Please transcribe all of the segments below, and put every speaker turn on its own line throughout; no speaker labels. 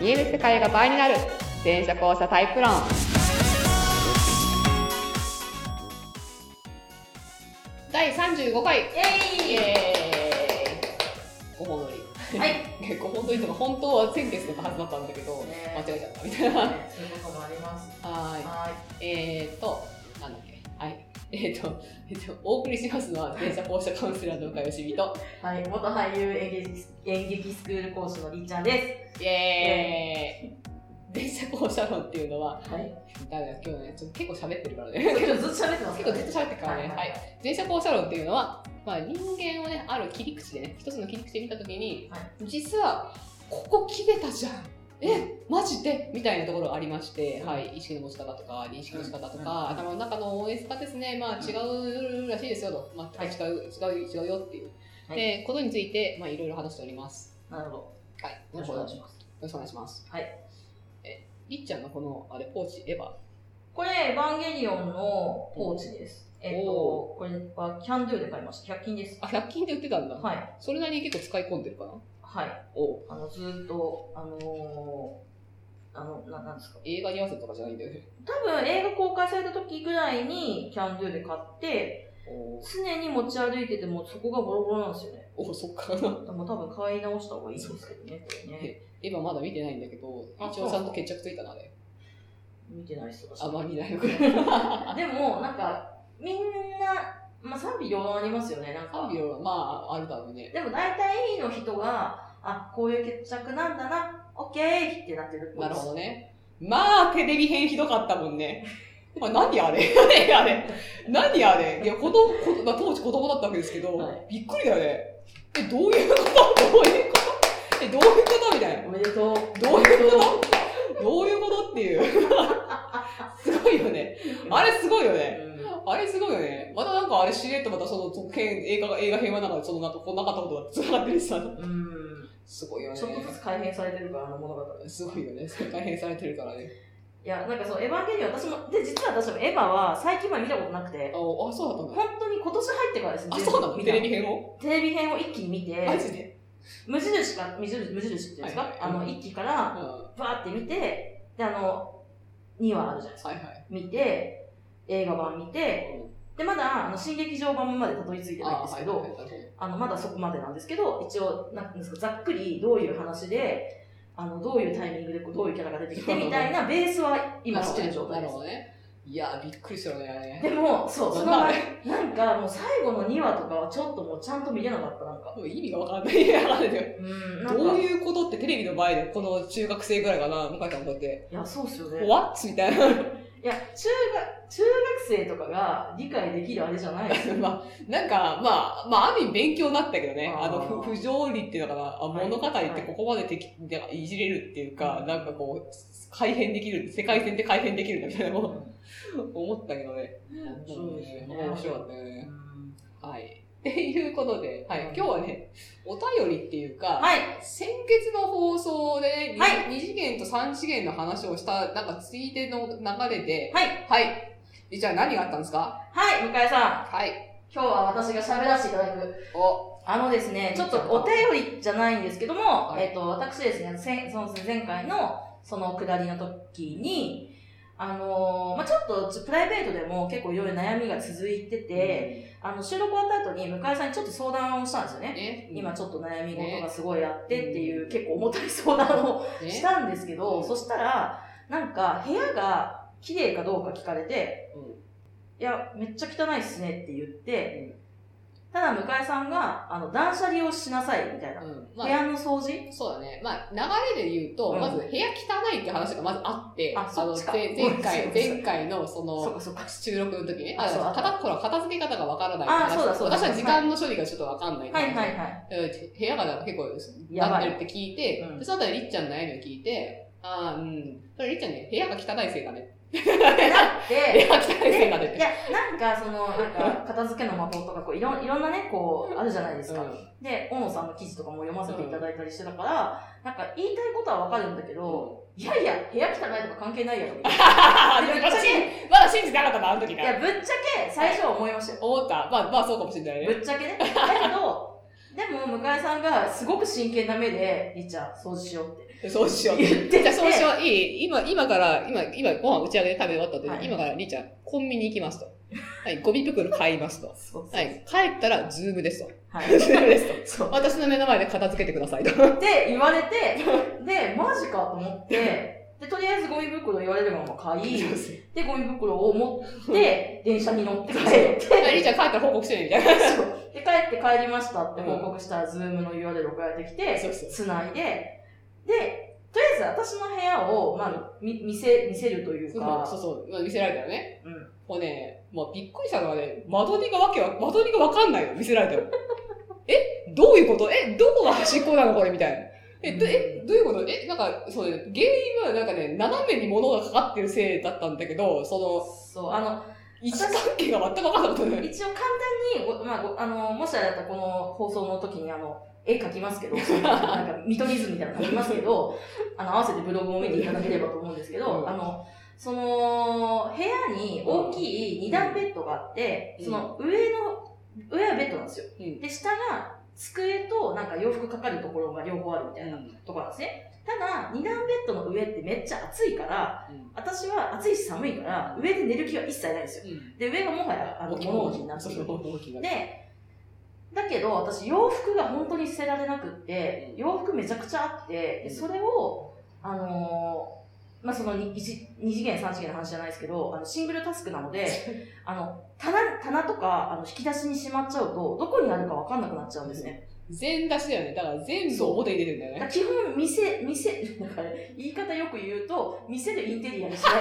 見える世界が倍になる全車交差タイプ論第35回
イエーイ
イエーイご本撮り
はい
ご本撮りとか本当は先月のはずだったんだけど、
ね
間違えちゃったみたいな
そういうこともあります。
はーい
は
えー、と、なんだっけ、はい。えー、と、えー、と、お送りしますのは、電車放射カウンセラーの岡よしみと、
い。はい、元俳優演劇演劇スクール講師のりっちゃんで
イエーイ電車放射論っていうのは、
す。はい。
だめだ、今日ね、ちょっと結構喋ってるからね。
結構ずっと喋ってます
結
か
構
ら
ずっと喋ってるからね。はい。電車放射論っていうのは、まあ人間をね、ある切り口でね、一つの切り口で見たときに、
は
実は、ここ切れたじゃんえマジでみたいなところがありまして、
うん
はい、意識の持ち方とか認識の仕方とか、
うん
頭の中の OS がですね、まあ、
うん
違うらしいですよと、まあ、
はい
違う違う違うよっていう、
はい
でことについて、まあ、いろいろ話しております。
なるほど。
はい、
よ
よ
ろ
ろ
し
し
く
く
お
お
願
願
い
い
し
し
ます。
ます。
はい。
えりっちゃんのこのあれポーチエヴァ
これね、エヴァンゲリオンのポーチです。えっと、
お
これはキャンドゥで買いました。100均です。
あ100均で売ってたんだ、
はい。
それなりに結構使い込んでるかな
はい。
おう
あの、ずーっと、あのー、あの、ななんですか。
映画に合わせたとかじゃないんだよね
多分映画公開された時ぐらいにキャンドゥで買って、
おう
常に持ち歩いててもそこがボロボロなんですよね。
おうそっか な
でも多分買い直した方がいいんですけどね、これね。
エヴァまだ見てないんだけど
あ
一応ちゃんと決着ついたなあれ
見てない人だし。
あまあ見ないのか
でも、なんか、みんな、まあ賛否両論ありますよね、なん
賛
か
否。両論まああるだろうね
でも大体の人が、あ、こういう決着なんだな、オッケーってなってるっぽ
な
いで
る
す
ほど。ねまあテレビ編ひどかったもんねまあ何あれ 何あれ何あれいや子供子まあ当時子供だったわけですけど、
はい
びっくりだよねえどういうことどういうことえどういうことみたいな
おめでとう。
どういう
と
ことどういうことっていう すごいよねあれすごいよね
うん
あれすごいよね。またなんかあれしれっとまたその続編、映画が、映画編はなんかそのなんかこうなかったことが繋がってるしさ。
うん。
すごいよね
ちょっ。とずつ改変されてるから、あの物語。
すごいよね。世界編されてるからね。
いや、なんかそう、エヴァンゲリオン、私も、で、実は私もエヴァは最近まで見たことなくて、
あ、あそうだったんだ。
本当に今年入ってからですね。
あ、そうなの
見
テ
た
レビ編を
テレビ編を一気に見て、
マジで
無印か、無印無印っていうんですか、
はいはいはい
あの、一期から、
は
バーって見て、で、あの、2話あるじゃないで
い
すか。
はい。
見て、映画版見て、で、まだ、あの、新劇場版までたどり着いてないんですけど、あ,、
はいはいはい
の、まだそこまでなんですけど、一応、なんていうんですか、ざっくりどういう話で、あの、どういうタイミングで、こうどういうキャラが出てきてみたいなベースは今知ってる状態
な
で
る
す
ほ。どね。いやー、びっくりしたよね。
でも、そう、その
まあ
前、
ね
なんかもう最後の2話とかはちょっともうちゃんと見れなかった、なんか。
もう意味がわかんない。わかんないんだ よ
うん、なんか、
どう
い
いうことってテレビの前で、この中学生ぐらいかな、向井さんこうやって、
や、そうっすよね。
わっみたいな。。
いや、中学、中学生とかが理解できるあれじゃないですよ
まあ、なんか、まあ、まあ、ある意味勉強になったけどね、あ
あー
の、不不条理っていうのかな、あ
はい
物語ってここまでてき、なんかいじれるっていうか
う、ん
なんかこう、改変できる、世界線で改変できるんだみたいな
う
のを
ん
思ったけどね。
そうですよね
面白かったよね。
うん
はい。っていうことで、はい、
うん
今日はね、お便りっていうか、
はい。
先月の放送でね、
は
2, 次元と3次元の話をした、なんかついでの流れで、
はい。
はい。じゃあ何があったんですか
はい、向井さん。
はい。
今日は私が喋らせていただく。
お、
あのですね、ちょっとお便りじゃないんですけども、
はい
えっ、と、私ですね、せんその前回のその下りの時に、あのーまあちょっとプライベートでも結構いろいろ悩みが続いてて、あの、収録終わった後に向井さんにちょっと相談をしたんですよね。
ね、
今ちょっと悩み事がすごいあってっていう、結構重たい相談を
ね
したんですけど、
うん
そしたら、なんか部屋が綺麗かどうか聞かれて、
うん
いや、めっちゃ汚いっすねって言って、ただ向井さんが、あの、断捨離をしなさいみたいな。
うん
部
まあ、
屋の掃除
そうだね。まあ、流れで言うと、
うん
まず部屋汚いって話がまずあって、
あそ
の、
っちか
ぜ前回、
ごめんなさい
前回のそ
そっ
の、
かそっか。
収録の時ね、
あ
あ
そう
の片ほら片付け方がわからない
あそうだそうだ
私は時間の処理がちょっとわかんないか
は
ら、
いはい はい。
うん部屋がなんか結構
や
なっ
ばい
てるって聞いて、
うん
でその後りっちゃんの悩みを聞いて、ああ、うん。それりっちゃんね、部屋が汚いせいだね。部
だっ て、
屋が汚いせいだねっ
でい
て。
や、なんかその、なんか、片付けの魔法とか、こう、いろん、いろんなね、こう、あるじゃないです
う
か。
ん
で、大野さんの記事とかも読ませていただいたりしてたから、なんか言いたいことはわかるんだけど、いやいや、部屋汚いとか関係ないや ろ、みたいな。でぶっちゃけ
まだ信じなかったな、あの時
いや、
が。
ぶっちゃけ、最初は思いましたよ。
思った。まあ、まあそうかもしれないね。
ぶっちゃけね。だけど、でも、向井さんがすごく真剣な目で、りっちゃん、掃除しようって
そうしよう。
言って
じゃ
て。
あそうしよう。いい今、今から、今、今、ご飯打ち上げで食べ終わった後に、
はい
今から、りーちゃん、コンビニ行きますと。はい、ゴミ袋買いますと。
そうそうそう
はい、帰ったら、ズームですと。
は
ズーム
い。
ですと。
そう。
私の目の前で片付けてくださいと。
って言われて、で、マジかと思って、で、とりあえずゴミ袋言われるまま買い、で、ゴミ袋を持って、電車に乗って帰って、
はいりーちゃん帰ったら報告してね、みたいな。
そうで、帰って帰りましたって報告したら、ズームの URL 送られてきて、
そうそう。
つないで、で、とりあえず私の部屋を、まあ、み見せ、見せるというか、
そうそうそう、見せられたよね。
うん
もうね、まあ、びっくりしたのはね、間取りがわけわ、間取りがわかんないの、見せられたよ。えどういうことえどこが端っこなのこれみたいな。え、ど、え、どういうことえ、なんか、そうね、原因はなんかね、斜めに物がかかってるせいだったんだけど、その、
そう、あの、
位置関係が全く分かんなかったね。
一応簡単にご、まあ、ごあの、もしあれだったらこの放送の時にあの、絵描きますけど、そのなんか、 見取り図みたいなの描きますけど、あの、合わせてブログを見ていただければと思うんですけど、
うん
あの、その、部屋に大きい二段ベッドがあって、
うん
その上の、上はベッドなんですよ。
うん
で、下が机となんか洋服かかるところが両方あるみたいなところなんですね。ただ、二段ベッドの上ってめっちゃ暑いから、私は暑いし寒いから、上で寝る気は一切ないんですよ。で、上がもはや、あの、物置になってる。で、だけど私洋服が本当に捨てられなくって、
うん
洋服めちゃくちゃあって、
うん
でそれを、あのーまあ、その 2, 次元3次元の話じゃないですけど、あのシングルタスクな ので、あの、棚、棚とか、あの、引き出しにしまっちゃうと、どこにあるかわかんなくなっちゃうんですね。
全出しだよね。だから全部表に出てるんだよ
だか
ね。
ら基本、店、店、 なんかね言い方よく言うと、店でインテリアにしない。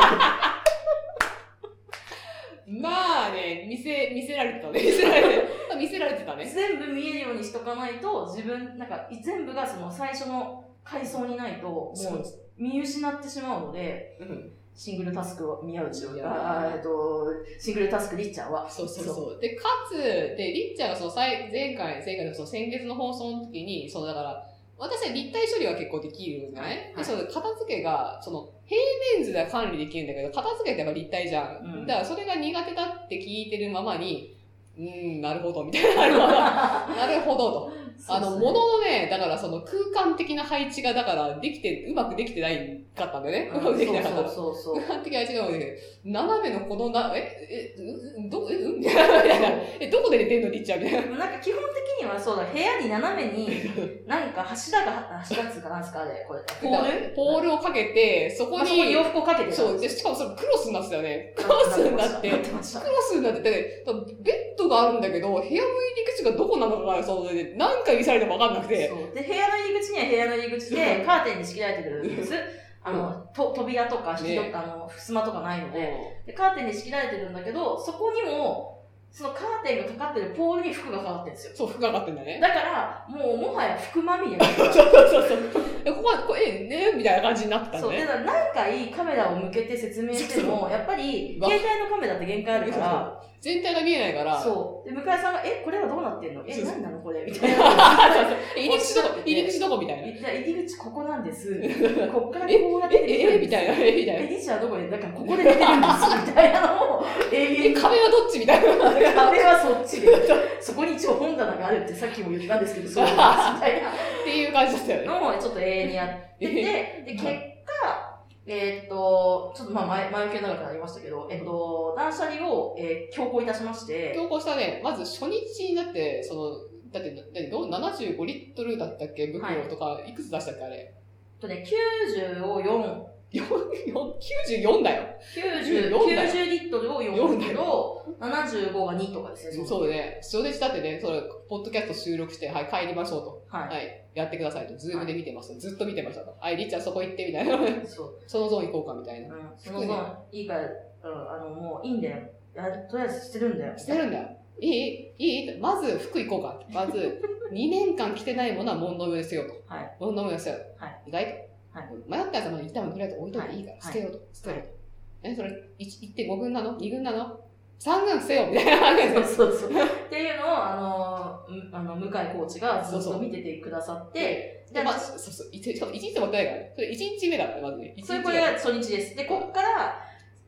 まあね、見せ、見せられてたね。見せられてた。見せられてたね。
全部見えるようにしとかないと、自分、なんか、全部がその最初の階層にないと、も
そう
う見失ってしまうので、
うん
シングルタスクは宮内
い
を、
や
あーえっと、シングルタスクりっちゃ んは、
そうそうそう。で、かつ、で、りっちゃんがその最前回、前回のその先月の放送の時に、そのだから、私は立体処理は結構できるんじゃない、
はい
で、その片付けが、その平面図では管理できるんだけど、片付けってやっぱ立体じゃん。
うん
だからそれが苦手だって聞いてるままに、うーん、なるほど、みたいなのが。 なるほどと。あの、
も
物のね、だからその空間的な配置が、だからできて、うまくできてないかったんだよね。うまくできてなかったの。
そうそう そうそう。
空間的な配置がうまくできてない斜めのこのな、え、え、う、うど、え、うんみ たいなみたいな。え、どこで寝てんのリッチャーみたいな。
でもなんか基本的にはそうだ、部屋に斜めに、なんか柱が、柱っつうかなんすかあれ、これ。ポール
ポールをかけて、そこ
あそこに
に、
洋服をかけて
そう、
で
で、しかもそれクロスになってたよね。
ク
ロスになって
なってました
ク。ロスになってて、ベッドがあるんだけど、部屋の入り口がどこなのかが、その、何回見されてもわかんなくて。
そうで部屋の入り口には部屋の入り口でカーテンに仕切られてるんです。あの、と扉とか引き戸、あの、襖とかないのでで、カーテンに仕切られてるんだけど、そこにも、そのカーテンがかかってるポールに服がかかってるんですよ。
そう、服がかかってんだね。
だから、もうもはや服まみれなんです
そ
よ
うそうそうそう。え、ここは、こえ、ねみたいな感じになった
そう、
ん
で
ね。
だから何回カメラを向けて説明しても、やっぱり、
わ
携帯のカメラって限界あるか
全体が見えないから
ら、、そう。で、向井さんが、え、これはどうなってんのえ、
そう そう
何なのこれみたいな。
入り口どこ、入り口どこみたいな。
いや入り口ここなんです。こっからこうやって出てく
え、
る
え、
んで
み
す
たいな、え、みたい
え、
な。
リチャーどこで、だからここで寝てるんです、みたいなのを、永
え、
遠に。
壁はどっちみたいな。
壁はそっちで、そこに一応本棚があるってさっきも言ったんですけど、そうなんです、みたい
っていう感じだったよ
な
ね。
のをちょっと永遠にやってて、で、結果、えーっと、ちょっとまあ前、前置きが長くなりましたけど、えっと、断捨離を、えー強行いたしまして、
投稿したね、まず初日になって、その、だって、何どう75リットルだったっけ袋とか、いくつ出したっけあれ。
えっとね、90を4、
よよ94だよ。
90、
4だよ
90リットルを4だけど、75が2とかですね。
そうね。初日だってね、それ、ポッドキャスト収録して、はい、帰りましょうと。
は
はい。やってくださいと。ズームで見てました。ずっと見てましたと。はい、りっちゃんそこ行って、みたいな。
い。そう。
そのゾーン行こうか、みたいな。
うんその分、いいから、うん、あの、もういいんだよ。やとりあえずしてるんだよ。
捨てるんだよ。いいいいいいまず服行こうか。ま ず、2年間着てないものは問答上捨てようと。
はい
問答上捨てようと。
はい
意外と。
はい
迷ったやつはまだ一旦とりあえず置いといていいから、
はい
捨てようと。捨てようと。え、それ、1 1.5軍なの ?2 軍なの ?3 軍捨てようみたいな感じ
そう
で。
そうそう。 っていうのを、あの、むあの向井コーチがずっと見ててくださって、
で、
で
まあ、そうそう、一しかも一日も持ってないからね。それ1日目だから、まずね。
それ
一
こ
日目
れ
だ
が初日です。で、ここから、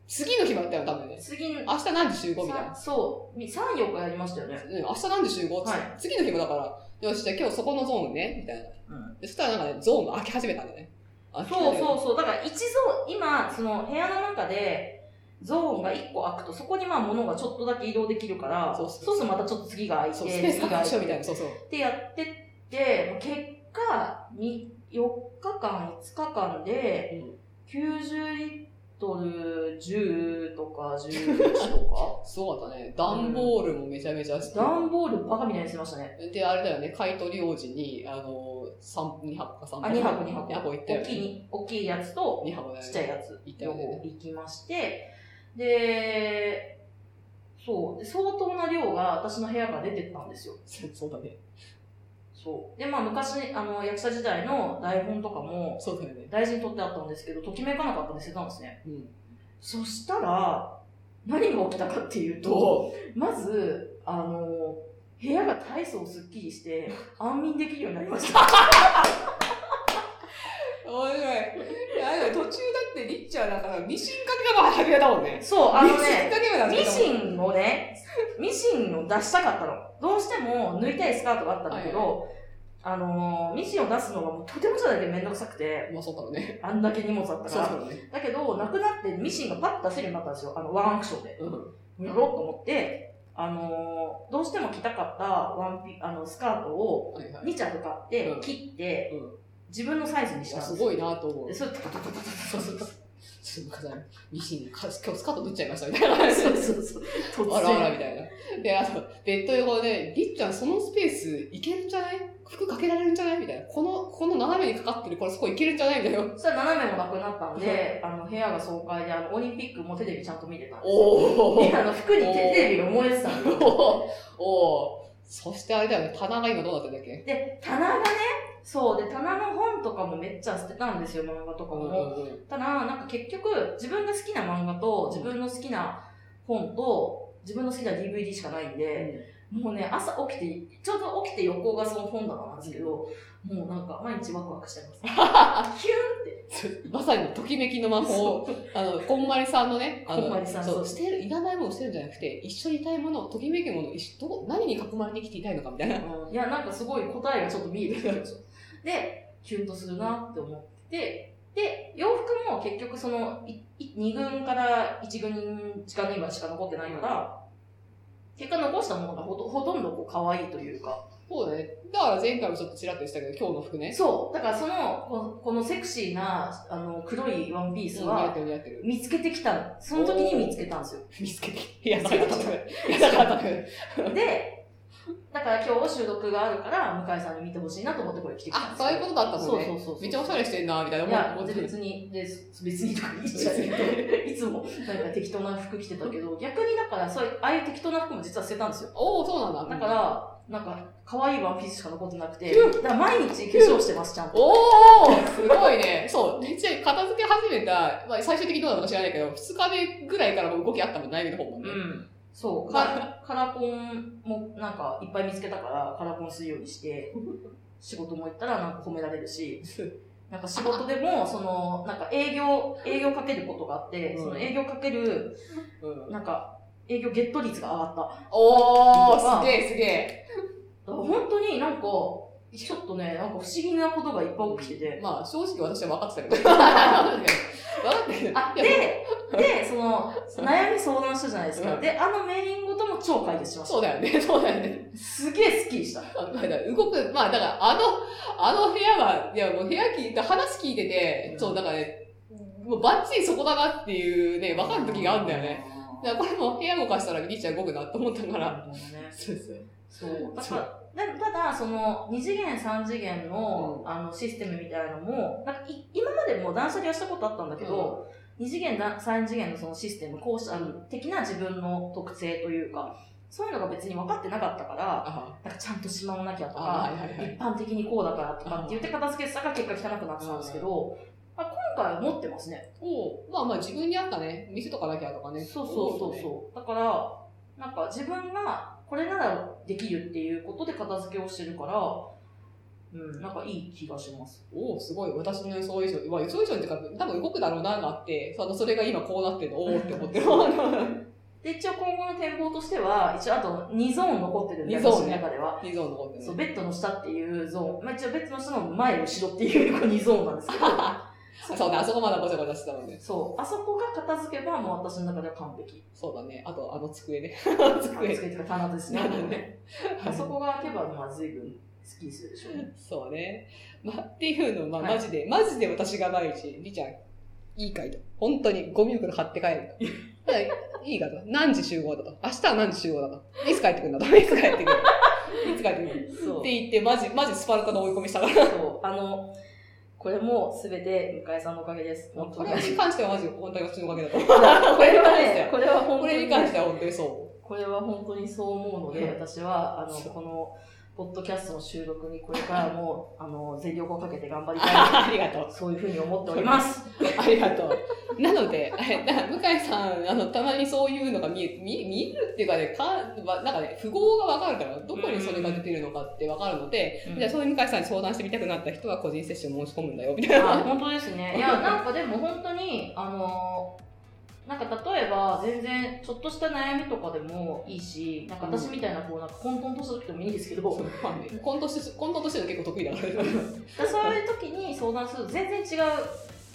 次の日もやったよ、多分ね。
次の、
明日何時集合みたいな。
さそう、み3、4日やりましたよね。
うん明日何時集合、つ
はい
次の日もだから、よし、じゃあ今日そこのゾーンね、みたいな。
うん
でそしたらなんかね、ゾーンが開き始めたんだね。そう
そうそうそう。だから一ゾーン、今、その部屋の中で、ゾーンが1個開くと、そこにまあ物がちょっとだけ移動できるから、
そうそう
そうするとまたちょっと次が開いて、
そう、スペース
次が
確
開
保
い
みたい
て
な。そうそう。
ってやってって、まあ結果、に4日間、5日間で、90リットル10とか11と
すごかったね。段ボールもめちゃめちゃして。
か、段ボールバカみたいにしてましたね。
で、あれだよね、買い取り王子に、あの、三2泊か3
あ、2箱2箱。
2行ったよ、
大きいに、大きいやつと、
2箱だよね。
ちっちゃいやつ、
行ったよね
行きまして、で、そう、で相当な量が私の部屋から出てったんですよ。
そう そうだね。
そう。で、まあ昔、あの、役者時代の台本とかも、
そうだよね。
大事に取ってあったんですけど、ときめかなかったんで捨てたんですね。
うん。
そしたら、何が起きたかっていうと、
どう
まず、あの、部屋が大層すっきりして、安眠できるようになりました。
面白い。あれだよ途中だってリッチャーだから、ミシンかけが始めたもんね。
そう、あの
ミシン
ね、
かけが
ミ
ン
シンをね、ミシンを出したかったの。どうしても縫いたいスカートがあったんだけ
はい
ど、あのーミシンを出すのがもうとてもじゃないけどめんどくさくて、
まあそうだろうね。
あんだけ荷物あった
そ
か
う
ら。
だろうね。
だけど、なくなってミシンがパッと出せるようになったんですよ。あの、ワンアクションで。
うん。
やろうと思って、あのーどうしても着たかったワンピ、あの、スカートを
はいはい。
2着買って
うん、
切って、
うん
自分のサイズに
い
し
や
たんですす
ごいなと思う
で。それ、タタタタタタ
そうそうそう。ちょっとなんかミシンか、今日スカート縫っちゃいましたみたいな話。
そうそうそう。突然。
あらあらみたいな。 で、あと、ベッド横で、りっちゃんそのスペースいけるんじゃない服かけられるんじゃないみたいな。この、この斜めにかかってる、これそこいけるんじゃないみたいな。
そしたら斜めもなくなったんで、あの、部屋が爽快で、あの、オリンピックもテレビちゃんと見てたんです
お
であの、服にテテレビが燃えてたんで
おおそしてあれだよね、棚が今どうなってんだっけ
で、棚がね、そう、で、棚の本とかもめっちゃ捨てたんですよ、漫画とか
うんう
も。
んうん
ただ、なんか結局、自分が好きな漫画と、自分の好きな本と、自分の好きな DVD しかないんで、もうね、朝起きて、ちょうど起きて横がその本棚なんですけど、もうなんか毎日ワクワクしてます。キュン
まさにときめきの魔法を、あの、こんまりさんのね、あの
こんまりさん
そ、
そうう
してる、いらないものを捨てるんじゃなくて、一緒にいたいもの、ときめきもの、一緒どこ何に囲まれて生きていたいのかみたいな。
うんいや、なんかすごい答えがちょっと見えてきたでしょ。で、キュンとするなって思ってて、で、洋服も結局その、いい2軍から1軍しか今しか残ってないから、結果残したものがほとほとんどこう可愛いというか。
そうだね。だから前回もちょっとちらっと言ってたけど、今日の服ね。
そう。だからその、このこのセクシーな、あの、黒いワンピース
似合っ
は、
てる似合ってる。
見つけてきた、その時に見つけたんですよ。
見つけてきて。いや、だから多分。いや、だから多分。
で、だから今日収録があるから、向井さんに見てほしいなと思ってこれ来てきたん
あ
で、すよ
そういうことだったもんね。
そうそうそうそう。
めっちゃおしゃれしてんな、みたいない思
や
う、思ってる。
別に、で別にとか言 っちゃう。いつも、なんか適当な服着てたけど、逆にだから、そういう、ああいう適当な服も実は捨てたんですよ。
おおそうなんだ。
だか、ら、なんか、可愛いワンピースしか残ってなくて、
う
だから毎日化粧してます、ちゃんと。
おーすごいね。そう。めっちゃ片付け始めた、まあ、最終的にどうなのか知らないけど、2日目ぐらいからもう動きあったもん、悩みの方も
う
ね。
ん。そう。カカラコンも、なんか、いっぱい見つけたから、カラコンするようにして、仕事も行ったら、なんか褒められるし、なんか仕事でも、その、なんか営業、営業かけることがあって、
うん
その営業かける、
うん
なんか、営業ゲット率が上がった。
おーすげえすげえ。
だから本当になんか、ちょっとね、なんか不思議なことがいっぱい起きてて。
まあ、正直私は分かってたけ ど。分かってたけど。
あ、
い
で、
や
で、その、悩み相談したじゃないですか。
うん
で、あのメーリングとも超解決しまし
そうだよね、 そうだよね。
た。すげえスッキリした。
あまあだから動く、まあだからあの、あの部屋は、いやもう部屋聞いて、話聞いてて、
うん
そうだからね、もうバッチリそこだなっていうね、分かる時があるんだよね。だからこれも部屋動かしたらリーちゃん動くなと思ったか
だ
ら。
ら、ね、
そうそう。
そう。だから、でただ、その、二次元、三次元の、
う
あの、システムみたいなのも、なんかい、今までも断捨離はしたことあったんだけど、二次元、だ三次元のそのシステム、こうしあの的な自分の特性というか、そういうのが別に分かってなかったから、
あ
なんかちゃんとしまわなきゃと
あ、
か、
はいはいはい。
一般的にこうだからとかって言って片付けしたから結果汚くなってたんですけど、あ今回は持ってますね。
おうまあまあ自分に合ったね、見せとかなきゃとかね。
そうそうそう
う。
そう。だから、なんか自分がこれならできるっていうことで片付けをしてるから、うん、なんかいい気がします。
おお、すごい。私の予想以上。まあ、予想以上にっていうか、多分動くだろうな、があって、そのそれが今こうなってるの、おおって思ってる。
で、一応今後の展望としては、一応あと2ゾーン残ってるんで、
二ゾーン
私の
ね
中では。
二ゾーン残ってるね
そう、ベッドの下っていうゾーン。まあ一応ベッドの下の前、後ろっていう2ゾーンなんですけ ど。
そうね、あそこまだごちゃごちゃしてたもんね。
そう。あそこが片付けば、もう私の中では完璧。
そうだね。あと、あの机ね。
片付
机。
けというか棚ですね。あそこが開けば、まあ随分スッキリするでしょうね。
そうね。まあ、っていうのを、まあ、
はい
マジで、マジで私が毎日、りちゃん、いいかいと。本当にゴミ袋買って帰ると。はいいいかと。何時集合だと。明日は何時集合だと。いつ帰ってくるんだと。いつ帰ってくる。いつ帰ってくる。
そう
って言って、マジ、マジスパルタの追い込みしたから。
そう。あの、これも全て向井さんのおかげです。本当
こ
に。
れに関してはマジ、本当に私のおかげだ と。こ
こ
れに
れは
関して
ね
は、
これは本
こ
当
れに
に、
関しては本当にそう。
これは本当にそう思うので、
うん
私は、あの、
そう
この、ポッドキャストの収録にこれからも、あの、全力をかけて頑張りたいな
ありがとう。
そういうふうに思っております。
ありがとう。 なので、えな向井さん、あの、たまにそういうのが見え、見見えるっていうかね、か、わなんかね、符号がわかるから、どこにそれが出てるのかってわかるので、
うん
じゃあそういう向井さんに相談してみたくなった人は個人セッション申し込むんだよ、みたい
あ
な。
本当ですね。いや、なんかでも本当に、あのなんか例えば全然ちょっとした悩みとかでもいいし、なんか私みたいなこうなんか混沌とした時でもいいんですけど、
そうまあねコントして、コントとしてるの結構得意だからね。
でそういう時に相談すると全然違う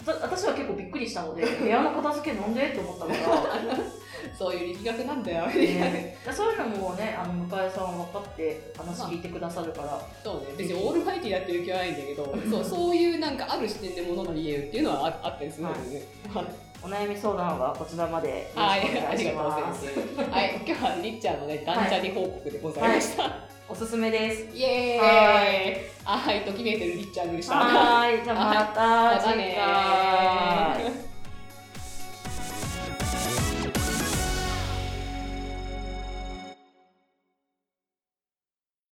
ざ私は結構びっくりしたので部屋の片付けなんでって思ったのが、
そういう力学なんだよ。
ね、で そういうのもねあの向井さんは分かって話聞いてくださるから、
そうね、別にオールマイティーやってる気はないんだけど、そう、そういうなんかある視点で物の言えるっていうのはああったりするのでね。はい
お悩み相談はこちらまでよろしくお
はい、
願
あ
い
り
し
がとうござい
ま
ますす。はい、今日はりっちゃんのね、断捨離報告でございました。
おすすめです
イエーイ あーはい、ときめいてるりっちゃんでした。
はーいじゃあまた
また
次
ね
回
ー